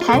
台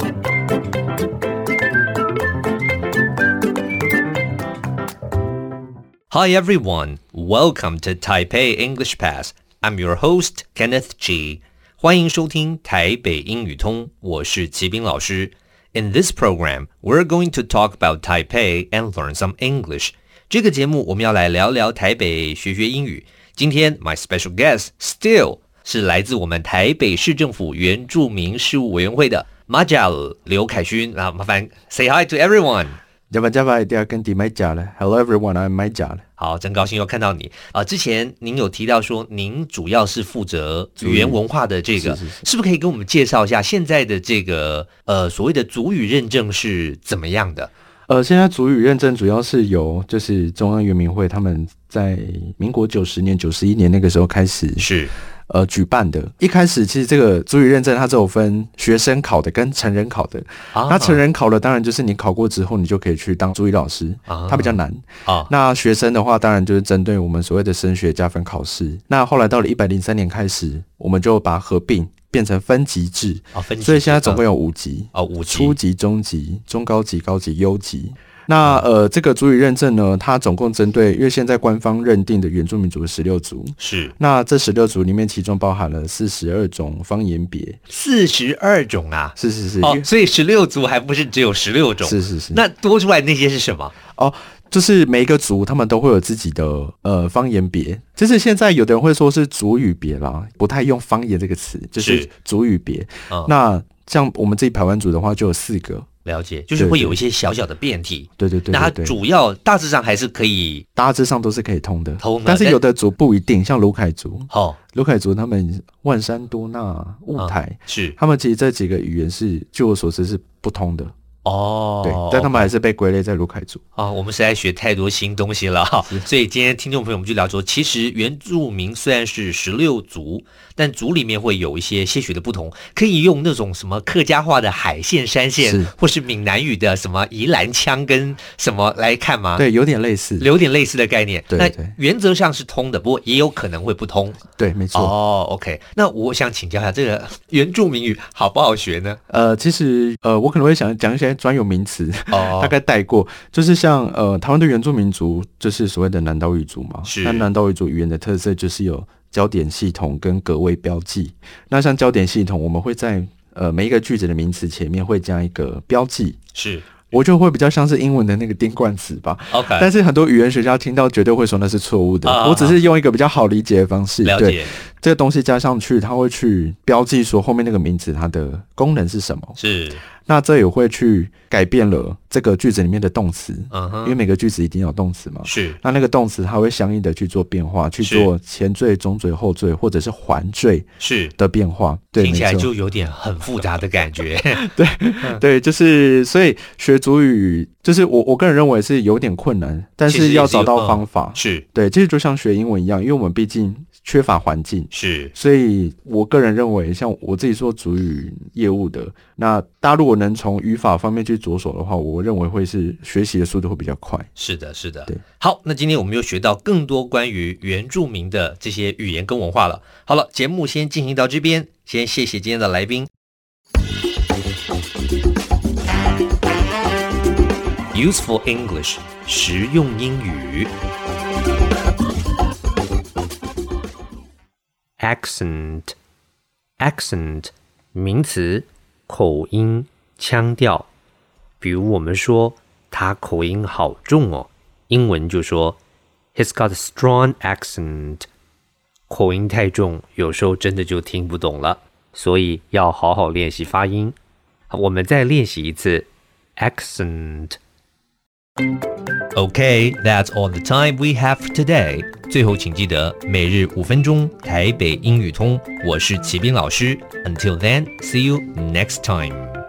Hi everyone, welcome to Taipei English Pass. I'm your host Kenneth G. 欢迎收听台北英语通，我是齐斌老师。In this program, we're going to talk about Taipei and learn some English. 这个节目我们要来聊聊台北，学学英语。今天 my special guest still 是来自我们台北市政府原住民事务委员会的 Majal 刘凯勋啊，麻烦 say hi to everyone。 Java Java 一定要啊跟迪麦讲了。Hello everyone, I'm 麦讲了。好，真高兴又看到你啊、呃之前您有提到说，您主要是负责语言文化的这个，是是不是可以给我们介绍一下现在的这个呃所谓的族语认证是怎么样的？呃，现在主语认证主要是由就是中央原民会他们在民国九十年、九十一年那个时候开始是呃举办的。一开始其实这个主语认证它只有分学生考的跟成人考的。啊那成人考的当然就是你考过之后，你就可以去当主语老师，啊它比较难。啊那学生的话，当然就是针对我们所谓的升学加分考试。那后来到了一百零三年开始，我们就把它合并变成分级制。啊分级制，所以现在总共有有五级啊五级初级、中级、中高级、高级、优级。那呃，这个族语认证呢，它总共针对，因为现在官方认定的原住民族十六族，是那这十六族里面，其中包含了四十二种方言别，四十二种啊。是是是，因哦，为所以十六族还不是只有十六种，是是是，那多出来那些是什么？哦，就是每一个族他们都会有自己的呃方言别，就是现在有的人会说是族语别啦，不太用方言这个词，就是是族语别。嗯那像我们自己台湾族的话，就有四个，了解，就是会有一些小小的变体。对对对那它对对主要大致上还是可以大致上都是可以通的，通的但是但有的族不一定，像卢凯族，哦，卢凯族他们万山多纳、雾台，是他们其实这几个语言是，据我所知是不通的，哦，对，但他们还是被归类在卢凯族。啊、我们实在学太多新东西了哈，所以今天听众朋友们就聊说，其实原住民虽然是十六族，但族里面会有一些些许的不同，可以用那种什么客家话的海线、山线是，或是闽南语的什么宜兰腔跟什么来看吗？，对，有点类似，有点类似的概念。对对那原则上是通的，不过也有可能会不通。对，没错。哦，OK，那我想请教一下，这个原住民语好不好学呢？呃，其实呃，我可能会想讲一些专有名词，哦大概带过，就是像呃，台湾的原住民族就是所谓的南岛语族嘛，是那南岛语族语言的特色就是有焦点系统跟格位标记。那像焦点系统，我们会在呃每一个句子的名词前面会加一个标记， 是我就会比较像是英文的那个丁冠词吧。 OK，但是很多语言学家听到绝对会说那是错误的，哎啊我只是用一个比较好理解的方式。了对解这个东西加上去，它会去标记说后面那个名词它的功能是什么。是那这也会去改变了这个句子里面的动词，嗯哼因为每个句子一定有动词嘛。是那那个动词它会相应的去做变化，去做前缀、中缀、后缀或者是环缀是的变化。对，听没起来错，就有点很复杂的感觉。 对，就是所以学主语，就是我我个人认为是有点困难，但其实也是是要找嗯到方法。是对，其实就像学英文一样，因为我们毕竟缺乏环境，是所以我个人认为，像我自己做主语业务的，那大家如果能从语法方面去着手的话，我认为会是学习的速度会比较快。是的，是的对。好，那今天我们又学到更多关于原住民的这些语言跟文化了。好了，节目先进行到这边，先谢谢今天的来宾。Useful English，实用英语。accent accent 名词，口音、腔调。比如我们说他口音好重哦，英文就说 He's got a strong accent。口音太重，有时候真的就听不懂了，所以要好好练习发音。我们再练习一次 accent。Okay, that's all the time we have for today. 最后，请记得每日五分钟台北英语通。我是齐斌老师。Until then, see you next time.